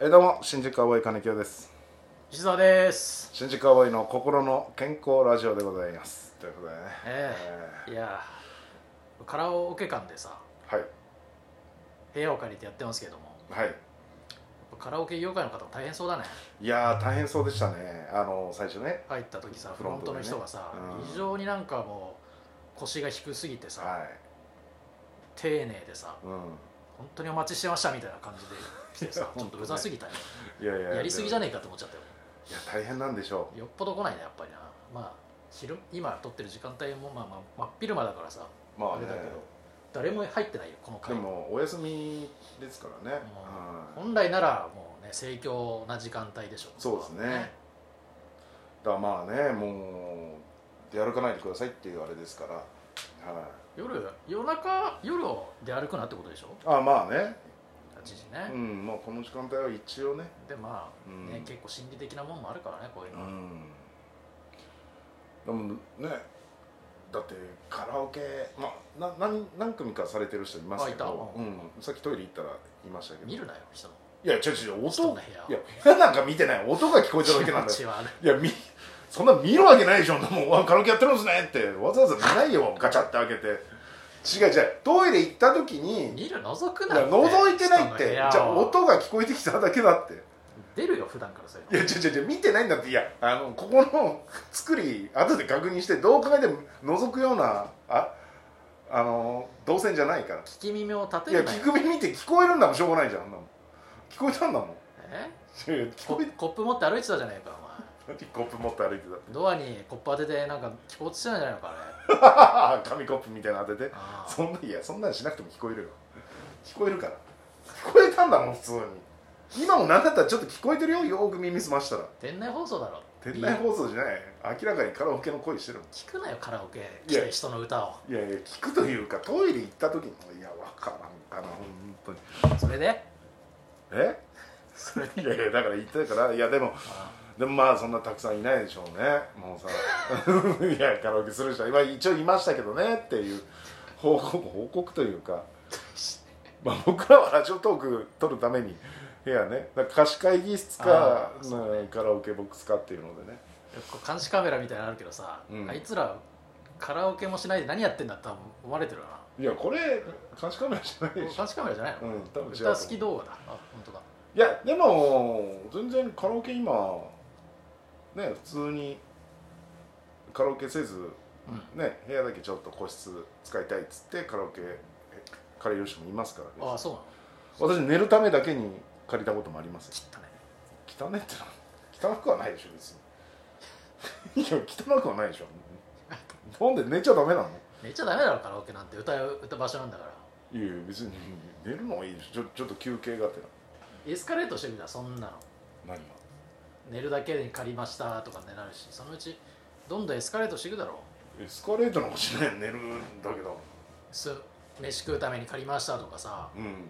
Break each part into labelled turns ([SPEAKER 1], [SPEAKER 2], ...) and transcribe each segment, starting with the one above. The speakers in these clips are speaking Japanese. [SPEAKER 1] えーどうも新宿アボーイ金清です
[SPEAKER 2] 石澤です、
[SPEAKER 1] 新宿アボーイの心の健康ラジオでございますということでね
[SPEAKER 2] ええいやーカラオケ館でさ
[SPEAKER 1] はい
[SPEAKER 2] 部屋を借りてやってますけども
[SPEAKER 1] はい
[SPEAKER 2] やっぱカラオケ業界の方も大変そうだね
[SPEAKER 1] いやー大変そうでしたねあの最初ね
[SPEAKER 2] 入った時さ
[SPEAKER 1] フ
[SPEAKER 2] フ
[SPEAKER 1] ロ
[SPEAKER 2] ロ
[SPEAKER 1] ン
[SPEAKER 2] ン
[SPEAKER 1] ト
[SPEAKER 2] ト
[SPEAKER 1] で
[SPEAKER 2] の
[SPEAKER 1] ね
[SPEAKER 2] 人がさ、
[SPEAKER 1] うん
[SPEAKER 2] 非常になんかもう腰が低すぎてさ
[SPEAKER 1] は
[SPEAKER 2] 丁寧でさ
[SPEAKER 1] い、うん
[SPEAKER 2] 本当にお待ちしてましたみたいな感じで来て
[SPEAKER 1] いや
[SPEAKER 2] さちょ
[SPEAKER 1] 本当
[SPEAKER 2] っと
[SPEAKER 1] ね
[SPEAKER 2] うざすぎたよ
[SPEAKER 1] いやいや
[SPEAKER 2] やりすぎじゃ
[SPEAKER 1] ね
[SPEAKER 2] ねえかって思っちゃったよ
[SPEAKER 1] いや大変なんでしょ
[SPEAKER 2] よっぽど来ないねやっぱりなまあ昼今撮ってる時間帯もまあまあ真っ昼間だからさ
[SPEAKER 1] うまあ
[SPEAKER 2] あ
[SPEAKER 1] ね
[SPEAKER 2] れだけど誰も入ってないよこの
[SPEAKER 1] で
[SPEAKER 2] 回
[SPEAKER 1] もお休みですからね、うん
[SPEAKER 2] 本来ならもうね盛況な時間帯でしょ
[SPEAKER 1] そうですねだからまあねもうやるかないでくださいっていうあれですから、はい、
[SPEAKER 2] 夜夜中夜を出歩くなってことでしょ
[SPEAKER 1] あまあね
[SPEAKER 2] 時時ね
[SPEAKER 1] う、んまあこの時間帯は一応ね
[SPEAKER 2] でま
[SPEAKER 1] う
[SPEAKER 2] あ、
[SPEAKER 1] ん
[SPEAKER 2] ね結構心理的なもんもあるからねこういう
[SPEAKER 1] う
[SPEAKER 2] のは、
[SPEAKER 1] んでもねだってカラオケ、まあ、な何何組かされてる人いますけ
[SPEAKER 2] あい
[SPEAKER 1] ど、
[SPEAKER 2] た
[SPEAKER 1] うん、さっきトイレ行ったらいましたけど
[SPEAKER 2] 見るなよ人の
[SPEAKER 1] いや違う違う
[SPEAKER 2] 人の
[SPEAKER 1] 音
[SPEAKER 2] 部
[SPEAKER 1] いや
[SPEAKER 2] 屋
[SPEAKER 1] 部屋なんか見てない音が聞こえただけなん
[SPEAKER 2] 気
[SPEAKER 1] だ
[SPEAKER 2] 持
[SPEAKER 1] よ
[SPEAKER 2] ち悪い
[SPEAKER 1] いやみそんな見るわけないでしょもうわカラオケやってるんですねってわざわざ見ないよガチャって開けて違う違うトイレ行った時に
[SPEAKER 2] 見る覗く
[SPEAKER 1] い
[SPEAKER 2] な
[SPEAKER 1] や覗いてないっ
[SPEAKER 2] 人の部
[SPEAKER 1] てじ
[SPEAKER 2] 屋を
[SPEAKER 1] ゃあ音が聞こえてきただけだって
[SPEAKER 2] 出るよ普段からそういう
[SPEAKER 1] いや違う違う違う見てないんだっていやあのここの 作り後で確認してどう考えても覗くようなああの動線じゃないから
[SPEAKER 2] 聞き耳を立
[SPEAKER 1] い
[SPEAKER 2] て
[SPEAKER 1] や
[SPEAKER 2] るなよ
[SPEAKER 1] 聞く耳って聞こえるんだもんしょうがないじゃんあんなもん聞こえたんだもん
[SPEAKER 2] え
[SPEAKER 1] いやいや聞
[SPEAKER 2] コ
[SPEAKER 1] こえ
[SPEAKER 2] コップ持って歩いてたじゃないかお
[SPEAKER 1] 何コップ持って歩いてたって
[SPEAKER 2] 前ドアにコップ当ててなんか聞こうとしてたんじゃないのかあれ
[SPEAKER 1] 紙コップみたい なの当てて
[SPEAKER 2] あ
[SPEAKER 1] そんないやそんなのしなくても聞こえるよ聞こえるから聞こえたんだもん普通に今も何だったらちょっと聞こえてるよよーく耳澄ましたら
[SPEAKER 2] ー店内放送だろ
[SPEAKER 1] 店内放送じゃない明らかにカラオケの声してるもん
[SPEAKER 2] 聞くなよカラオケ
[SPEAKER 1] いや
[SPEAKER 2] 来て人の歌を
[SPEAKER 1] いやいや聞くというかトイレ行った時にいやわからんかな本当に
[SPEAKER 2] それで
[SPEAKER 1] え
[SPEAKER 2] それで
[SPEAKER 1] いやいやだから言ってたからいやでも
[SPEAKER 2] あ
[SPEAKER 1] でもまあそんなたくさんいないでしょうねもうさ いやカラオケする人は今一応いましたけどねっていう報告報告という か、まあ、僕らはラジオトーク撮るために部屋ねだから貸し会議室か
[SPEAKER 2] あーそう
[SPEAKER 1] まあカラオケボックスかっていうのでね
[SPEAKER 2] こう監視カメラみたいなのあるけどさ、
[SPEAKER 1] うん
[SPEAKER 2] あいつらカラオケもしないで何やってんだって多分思われてるよ
[SPEAKER 1] いやこれ監視カメラじゃない
[SPEAKER 2] な
[SPEAKER 1] でしょ
[SPEAKER 2] 監視カメラじゃないの、
[SPEAKER 1] うん多分違うと思う
[SPEAKER 2] 歌好き動画だあ本当だ
[SPEAKER 1] いやでも全然カラオケ今ね普通にカラオケせず
[SPEAKER 2] うん
[SPEAKER 1] ね部屋だけちょっと個室使いたいっつってカラオケ借りる人もいますから
[SPEAKER 2] あ
[SPEAKER 1] ね
[SPEAKER 2] あそうなの
[SPEAKER 1] 私寝るためだけに借りたこともあります
[SPEAKER 2] 切ったね
[SPEAKER 1] 汚ねってのは汚くはないでしょ別に いや汚くはないでしょなんで寝ちゃダメなの
[SPEAKER 2] 寝ちゃダメだろカラオケなんて歌う歌う場所なんだから
[SPEAKER 1] いやいや別に寝るのはいいでしょちょちょっと休憩がて
[SPEAKER 2] エスカレートしてみたらそんなの
[SPEAKER 1] ら何が
[SPEAKER 2] 寝るだけに借りましたとかねなるしそのうちどんどんエスカレートしていくだろ
[SPEAKER 1] エスカレートの星ね寝るんだけど
[SPEAKER 2] す飯食うために借りましたとかさ
[SPEAKER 1] うん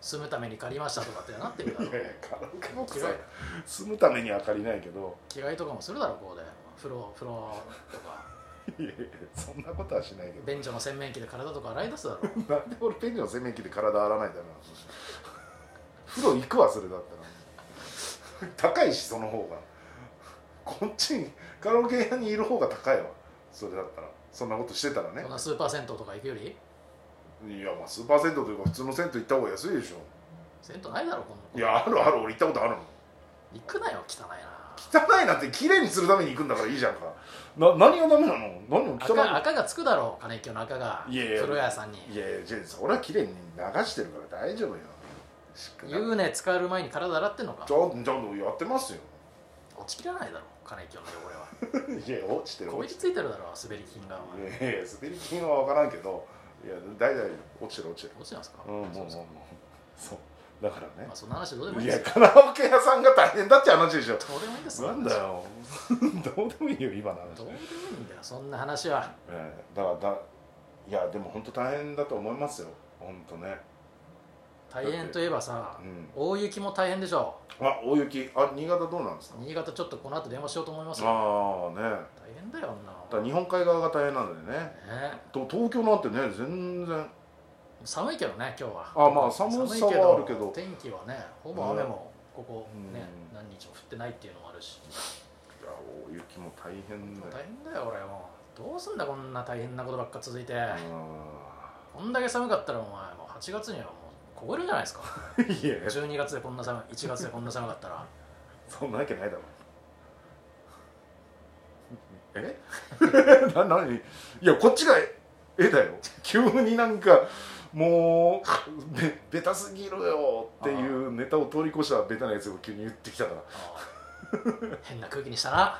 [SPEAKER 2] 住むために借りましたとかってなってるだ
[SPEAKER 1] い
[SPEAKER 2] ろ
[SPEAKER 1] やいやカラオケボックス
[SPEAKER 2] 着替
[SPEAKER 1] は
[SPEAKER 2] え
[SPEAKER 1] 住むためには借りないけど
[SPEAKER 2] 着替えとかもするだろこうで風呂風呂とか
[SPEAKER 1] いやいやそんなことはしないけ
[SPEAKER 2] 便所の洗面器で体とか洗い出すだろ
[SPEAKER 1] どなんで俺ペンジの洗面器で体洗わないんだろうな風呂行くわそれだったら高いしその方がこっちにカラオケ屋にいる方が高いわそれだったらそんなことしてたらね
[SPEAKER 2] こんなスーパー銭湯とか行くより
[SPEAKER 1] いやまあスーパー銭湯というか普通の銭湯行った方が安いでしょ
[SPEAKER 2] 銭湯ないだろこんな
[SPEAKER 1] い
[SPEAKER 2] の
[SPEAKER 1] やあるある俺行ったことあるもん
[SPEAKER 2] 行くなよ汚い
[SPEAKER 1] 汚いなって綺麗にするために行くんだからいいじゃんかな何がダメなの何が汚い
[SPEAKER 2] な赤
[SPEAKER 1] の
[SPEAKER 2] 赤がつくだろう金井教の赤が
[SPEAKER 1] いやいや
[SPEAKER 2] 風呂屋さんに
[SPEAKER 1] いやいやジェイそれは綺麗に流してるから大丈夫よしっかり
[SPEAKER 2] 湯船使う前に体洗ってんのか
[SPEAKER 1] ちゃんちゃんとやってますよ
[SPEAKER 2] 落ちきらないだろ金井教の汚れはい
[SPEAKER 1] や落ちてる
[SPEAKER 2] こび
[SPEAKER 1] 落ち
[SPEAKER 2] りついてるだろ滑り筋が
[SPEAKER 1] てるいやいや滑り筋は分からんけどいや大体落ちてる落ちて
[SPEAKER 2] 落ちてますか
[SPEAKER 1] るうんもうも
[SPEAKER 2] そううそう
[SPEAKER 1] もうそうだからね
[SPEAKER 2] まあそんな話どうでもいい
[SPEAKER 1] い
[SPEAKER 2] で
[SPEAKER 1] や
[SPEAKER 2] す
[SPEAKER 1] カラオケ屋さんが大変だって話でしょ
[SPEAKER 2] どうでもいいです
[SPEAKER 1] なんだよ どうでもいいよ今の話
[SPEAKER 2] どうでもいいんだよそんな話は
[SPEAKER 1] ええだからだいやでも本当大変だと思いますよ本当ね
[SPEAKER 2] 大変といえばさ
[SPEAKER 1] うん
[SPEAKER 2] 大雪も大変でしょ
[SPEAKER 1] あ大雪あ新潟どうなんですか
[SPEAKER 2] 新潟ちょっとこの後電話しようと思いますよ
[SPEAKER 1] ああね
[SPEAKER 2] 大変だよあんな
[SPEAKER 1] だから日本海側が大変なのでね
[SPEAKER 2] ね
[SPEAKER 1] と東京なんてね全然
[SPEAKER 2] 寒いけどね今日は
[SPEAKER 1] あまあ寒さは
[SPEAKER 2] 寒いど
[SPEAKER 1] あるけど
[SPEAKER 2] 天気はねほぼ雨もここね、
[SPEAKER 1] うん
[SPEAKER 2] 何日も降ってないっていうのもあるし
[SPEAKER 1] いや大雪も大変だ
[SPEAKER 2] 大
[SPEAKER 1] よ
[SPEAKER 2] 変だよ俺もうどうすんだこんな大変なことばっか続いて、
[SPEAKER 1] う
[SPEAKER 2] こんだけ寒かったらお前もう8月にはもう凍えるじゃないですか
[SPEAKER 1] んいや
[SPEAKER 2] 12月でこんな寒い1月でこんな寒かったら
[SPEAKER 1] そんなわけないだろえ な何いやこっちが絵だよ急になんかもうべベタすぎるよっていうネタを通り越したベタなやつを急に言ってきたから
[SPEAKER 2] ああ 変な空気にしたな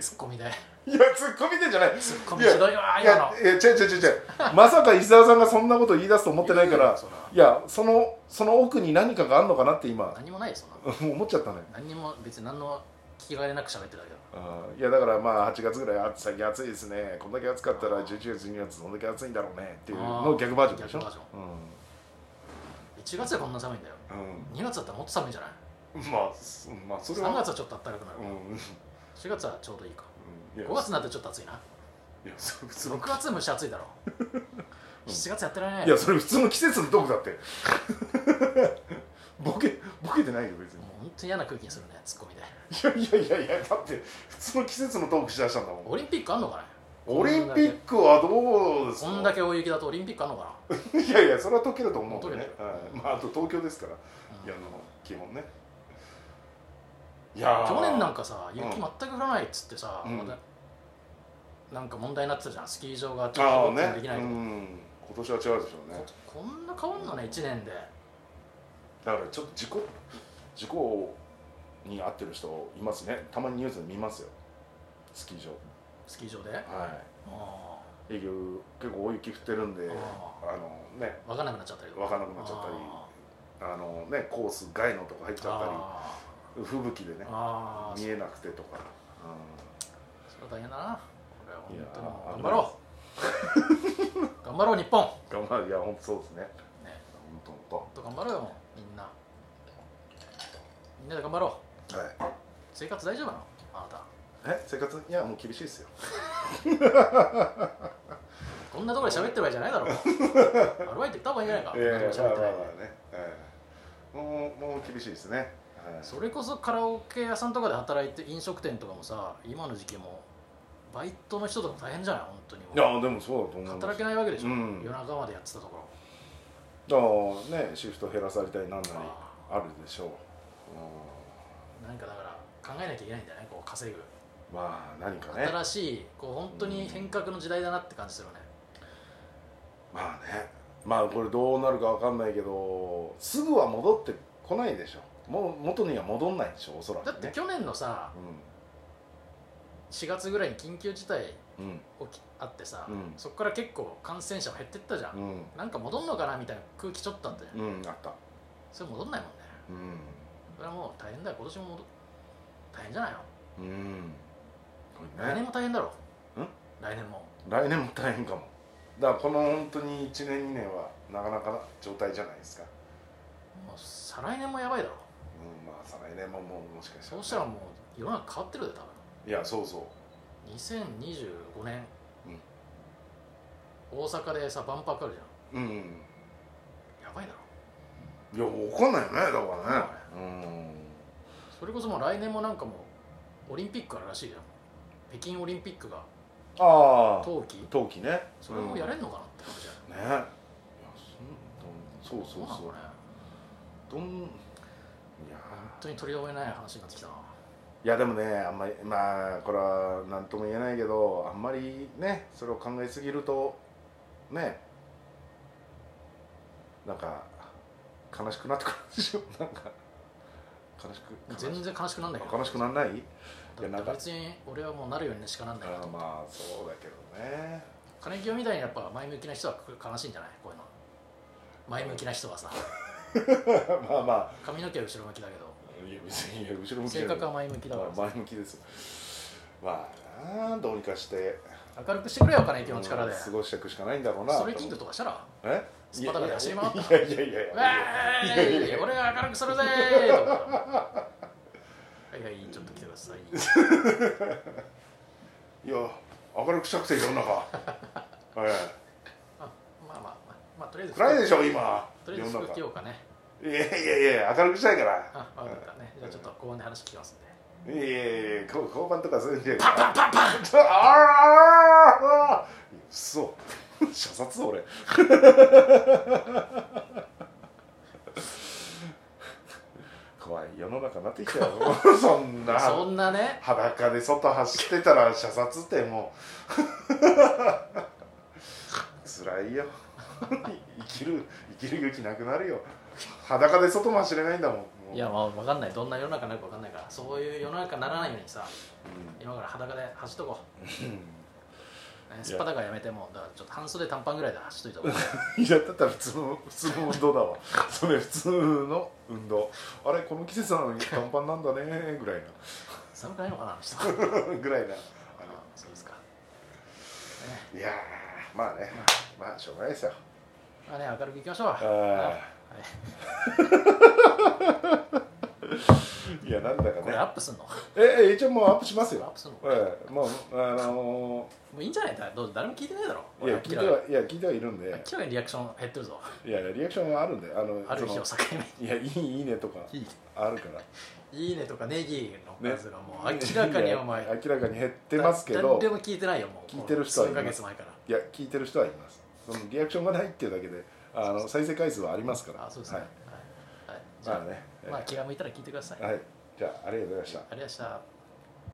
[SPEAKER 2] ツッコミで
[SPEAKER 1] いやツッコミでじゃない
[SPEAKER 2] ツッコミひどいわ
[SPEAKER 1] い
[SPEAKER 2] 今
[SPEAKER 1] や
[SPEAKER 2] の
[SPEAKER 1] いや違う違う違う違うまさか石澤さんがそんなこと言い出すと思ってないか
[SPEAKER 2] やや
[SPEAKER 1] ら
[SPEAKER 2] そんない
[SPEAKER 1] やそのその奥に何かがあるのかなって今
[SPEAKER 2] 何もないよそんな
[SPEAKER 1] 思っちゃったね
[SPEAKER 2] 何にも別に何の聞きがれなく喋ってるだけだ
[SPEAKER 1] あーいやだからまあ8月ぐらい暑最近暑いですねこんだけ暑かったら11月2月どんだけ暑いんだろうねっていうのを逆バージョンでしょ
[SPEAKER 2] 逆バージ1月でこんな寒いんだよ2月だったらもっと寒いんじゃない
[SPEAKER 1] うん、うん、まあすまあそれは
[SPEAKER 2] 3月はちょっと暖かくなる
[SPEAKER 1] うん、うん、
[SPEAKER 2] 4月はちょうどいいか
[SPEAKER 1] いや
[SPEAKER 2] 5月になってちょっと暑いない
[SPEAKER 1] やそれ普通の
[SPEAKER 2] 6月蒸し暑いだろ7月やってられない
[SPEAKER 1] いやそれ普通の季節のトークだって ボケボケてないよ別
[SPEAKER 2] もう本当に嫌な空気にするねツッコミで
[SPEAKER 1] にいやいやいやいやだって普通の季節のトークしだしたんだもん
[SPEAKER 2] オリンピックあんのかね
[SPEAKER 1] オリンピックはどうです
[SPEAKER 2] こ
[SPEAKER 1] か
[SPEAKER 2] んだけ大雪だとオリンピックあんのかな、
[SPEAKER 1] いやいやそれは解けると思うんでね
[SPEAKER 2] 解け、る
[SPEAKER 1] はいまあ、あと東京ですから
[SPEAKER 2] う
[SPEAKER 1] い
[SPEAKER 2] ん
[SPEAKER 1] やあの基本ねいやー
[SPEAKER 2] 去年なんかさ
[SPEAKER 1] ん
[SPEAKER 2] 雪全く降らないっつってさ、
[SPEAKER 1] うん
[SPEAKER 2] まだなんか問題になってたじゃんスキー場がちょっ
[SPEAKER 1] あ
[SPEAKER 2] と
[SPEAKER 1] あね
[SPEAKER 2] できないと
[SPEAKER 1] う
[SPEAKER 2] か、
[SPEAKER 1] ん今年は違うでしょうね
[SPEAKER 2] ここんな変わんのね1年で
[SPEAKER 1] だからちょっと事故事故に遭ってる人いますねたまにニュースで見ますよスキー場
[SPEAKER 2] スキー場で、
[SPEAKER 1] は
[SPEAKER 2] あ
[SPEAKER 1] い営業結構大雪降ってるんで
[SPEAKER 2] あ
[SPEAKER 1] あのね
[SPEAKER 2] 分かんなくなっちゃったりと
[SPEAKER 1] 分からなくなっちゃったりあのねコース外のとこ入っちゃっ
[SPEAKER 2] あ
[SPEAKER 1] たり吹雪でね
[SPEAKER 2] ーあー
[SPEAKER 1] 見えなくてとか、
[SPEAKER 2] それは大変だなこれは本当にもう
[SPEAKER 1] いやー
[SPEAKER 2] 頑張ろう 頑張ろう日本ね
[SPEAKER 1] うん、頑張るいや本当そうですね本当本
[SPEAKER 2] ほんと頑張ろうよもうみんなみんなで頑張ろう
[SPEAKER 1] 当はい
[SPEAKER 2] 生活大丈夫なのあなた
[SPEAKER 1] え生活いやもう厳しいですよ
[SPEAKER 2] こんなところで喋ってる場合じゃない だろうアルバイト行った方がいいんじゃないか、こんなとこ
[SPEAKER 1] ま
[SPEAKER 2] ろ
[SPEAKER 1] あ
[SPEAKER 2] で喋って
[SPEAKER 1] ま
[SPEAKER 2] な
[SPEAKER 1] あ
[SPEAKER 2] い
[SPEAKER 1] まあね、ええもうもう厳しいですね、はい
[SPEAKER 2] それこそカラオケ屋さんとかで働いて飲食店とかもさ今の時期もバイトの人とか大変じゃない本当にも
[SPEAKER 1] い
[SPEAKER 2] う
[SPEAKER 1] やでもそうだと思います
[SPEAKER 2] 働けないわけでしょ、
[SPEAKER 1] うん
[SPEAKER 2] 夜中までやってたところ
[SPEAKER 1] だからねシフト減らされたりなんなり
[SPEAKER 2] あ
[SPEAKER 1] あるでしょう、
[SPEAKER 2] なんかだから考えなきゃいけないんだよねこう稼ぐ
[SPEAKER 1] うん、まあ何かね
[SPEAKER 2] 新しいこう本当に変革の時代だなって感じするね、
[SPEAKER 1] まあねまあこれどうなるかわかんないけどすぐは戻ってこないでしょうもう元には戻んないでしょうおそらく
[SPEAKER 2] だ
[SPEAKER 1] ね
[SPEAKER 2] って去年のさ4月ぐらいに緊急事態
[SPEAKER 1] うんうん
[SPEAKER 2] 起きあってさ、
[SPEAKER 1] うん
[SPEAKER 2] そこから結構感染者も減ってったじゃん、
[SPEAKER 1] うん
[SPEAKER 2] なんか戻んのかなみたいな空気ちょっとあったじゃん、
[SPEAKER 1] うんあった
[SPEAKER 2] それ戻んないもんね
[SPEAKER 1] う
[SPEAKER 2] それはもう大変だよ今年も戻大変じゃないの
[SPEAKER 1] んうんこれ
[SPEAKER 2] 来年も大変だろ
[SPEAKER 1] ん
[SPEAKER 2] 来年も
[SPEAKER 1] 来年も大変かもだからこの本当に1年2年はなかなかな状態じゃないですか、
[SPEAKER 2] もう再来年もやばいだろ
[SPEAKER 1] うん、まあ再来年ももうもしかした
[SPEAKER 2] そ
[SPEAKER 1] ら
[SPEAKER 2] うしたらもう世の中変わってるで多分
[SPEAKER 1] いやそうそう
[SPEAKER 2] 2025年、大阪でさ万博あるじ
[SPEAKER 1] う
[SPEAKER 2] ゃ
[SPEAKER 1] ん
[SPEAKER 2] んやばいだろ
[SPEAKER 1] いやわかんないよねだからね
[SPEAKER 2] それこそもう来年もなんかもうオリンピックあるらしいじゃん北京オリンピックが
[SPEAKER 1] うんああ
[SPEAKER 2] 冬季
[SPEAKER 1] 冬季ね
[SPEAKER 2] それもやれんのかなって感じじゃん
[SPEAKER 1] うんねいやそんそうそう
[SPEAKER 2] ど
[SPEAKER 1] そう
[SPEAKER 2] うなのかね
[SPEAKER 1] どんいや
[SPEAKER 2] 本当に取り留めない話になってきたない
[SPEAKER 1] やでもねあんまりまあこれは何とも言えないけどあんまりねそれを考えすぎるとねなんか悲しくなってくるでしょ なんか悲しく悲しく
[SPEAKER 2] 全然悲しくなんないけど
[SPEAKER 1] 悲しくならないや
[SPEAKER 2] だ
[SPEAKER 1] な
[SPEAKER 2] っ
[SPEAKER 1] ん
[SPEAKER 2] て
[SPEAKER 1] か
[SPEAKER 2] 別に俺はもうなるようにしかなんないけ
[SPEAKER 1] あ
[SPEAKER 2] ど
[SPEAKER 1] まあそうだけどね
[SPEAKER 2] 金清みたいにやっぱ前向きな人は悲しいんじゃないこういうの前向きな人はさ
[SPEAKER 1] まあまあ
[SPEAKER 2] 髪の毛は後ろ向きだけど
[SPEAKER 1] いや別にいや後ろ向きじゃ
[SPEAKER 2] 性
[SPEAKER 1] ない
[SPEAKER 2] 格は前向きだから
[SPEAKER 1] まあ前向きですまあなあどうにかして
[SPEAKER 2] 明るくしてくれよ金井の力で
[SPEAKER 1] うん過
[SPEAKER 2] ス
[SPEAKER 1] ごしていくしかないんだろうな
[SPEAKER 2] トリーキングとかしたら
[SPEAKER 1] え
[SPEAKER 2] スパダカで走り回った
[SPEAKER 1] いやいやいやいや
[SPEAKER 2] 「ウ
[SPEAKER 1] いやい
[SPEAKER 2] ェ
[SPEAKER 1] やいやい
[SPEAKER 2] ーイ
[SPEAKER 1] や
[SPEAKER 2] 俺が明るくするぜ!」とか「はいはいちょっと来てください」
[SPEAKER 1] いや明るくしたくて世の中 え
[SPEAKER 2] まあまあまあまあとりあえず
[SPEAKER 1] 暗いでしょ今
[SPEAKER 2] とりあえず
[SPEAKER 1] 世の
[SPEAKER 2] 服
[SPEAKER 1] 中
[SPEAKER 2] 着ようかね
[SPEAKER 1] いやいやいや明るくしたいから
[SPEAKER 2] あ分かったねじゃあちょっと後半で話聞きますんで
[SPEAKER 1] いやいやいやこ交番とかするんじゃパ ンパンパンパンああ嘘 射殺俺 怖い世の中になってきたよ そんな
[SPEAKER 2] そんなね
[SPEAKER 1] 裸で外走ってたら射殺ってもう 辛いよ 生きる生きる勇気なくなるよ裸で外も走れないんだもんもう
[SPEAKER 2] いやまあ分かんないどんな世の中になるか分かんないからそういう世の中にならないようにさ
[SPEAKER 1] う
[SPEAKER 2] 今から裸で走っとこ
[SPEAKER 1] ん
[SPEAKER 2] う、ね、スパダがやめてもだからちょっと半袖短パンぐらいで走っと いた方がいい
[SPEAKER 1] いやだったら普通の普通の運動だわそれ普通の運動あれこの季節なのに短パンなんだねぐらい
[SPEAKER 2] 寒くないのかなあの人あ
[SPEAKER 1] な ぐらいな
[SPEAKER 2] そうですか、
[SPEAKER 1] い
[SPEAKER 2] ね
[SPEAKER 1] やーまあねまあしょうがないですよ
[SPEAKER 2] まあね、明るくいきましょう
[SPEAKER 1] あ
[SPEAKER 2] はい
[SPEAKER 1] いやなんだか
[SPEAKER 2] これ
[SPEAKER 1] ね
[SPEAKER 2] アップすんの
[SPEAKER 1] ええ一応もうアップします
[SPEAKER 2] アッ
[SPEAKER 1] よ
[SPEAKER 2] プすんの
[SPEAKER 1] ええもうあの
[SPEAKER 2] もういいんじゃないだどう誰も聞いてないだろ
[SPEAKER 1] ーいや聞いてはいや聞いてはいるん
[SPEAKER 2] 明ら
[SPEAKER 1] で
[SPEAKER 2] かにリアクション減ってるぞ
[SPEAKER 1] いやリアクションはあるんであの
[SPEAKER 2] ある日を
[SPEAKER 1] その
[SPEAKER 2] 境
[SPEAKER 1] いやいいいいねとか
[SPEAKER 2] に い
[SPEAKER 1] あるから
[SPEAKER 2] いいいねとかネギの数がもう
[SPEAKER 1] ね
[SPEAKER 2] 明ら か
[SPEAKER 1] い
[SPEAKER 2] に
[SPEAKER 1] や
[SPEAKER 2] お前
[SPEAKER 1] 明らかに減ってますけど
[SPEAKER 2] 誰も聞いてないよもう
[SPEAKER 1] 聞いてる人はい
[SPEAKER 2] 数
[SPEAKER 1] ま
[SPEAKER 2] ヶ
[SPEAKER 1] す
[SPEAKER 2] 月前から
[SPEAKER 1] いや聞いてる人はいますそのリアクションがないっていうだけであの再生回数はありますから
[SPEAKER 2] あそうですね
[SPEAKER 1] はい、
[SPEAKER 2] はい、はい、じゃ
[SPEAKER 1] ま
[SPEAKER 2] あ
[SPEAKER 1] あね、
[SPEAKER 2] まあ気が向いたら聞いてください、
[SPEAKER 1] はいじゃあありがとうございました
[SPEAKER 2] ありがとうございました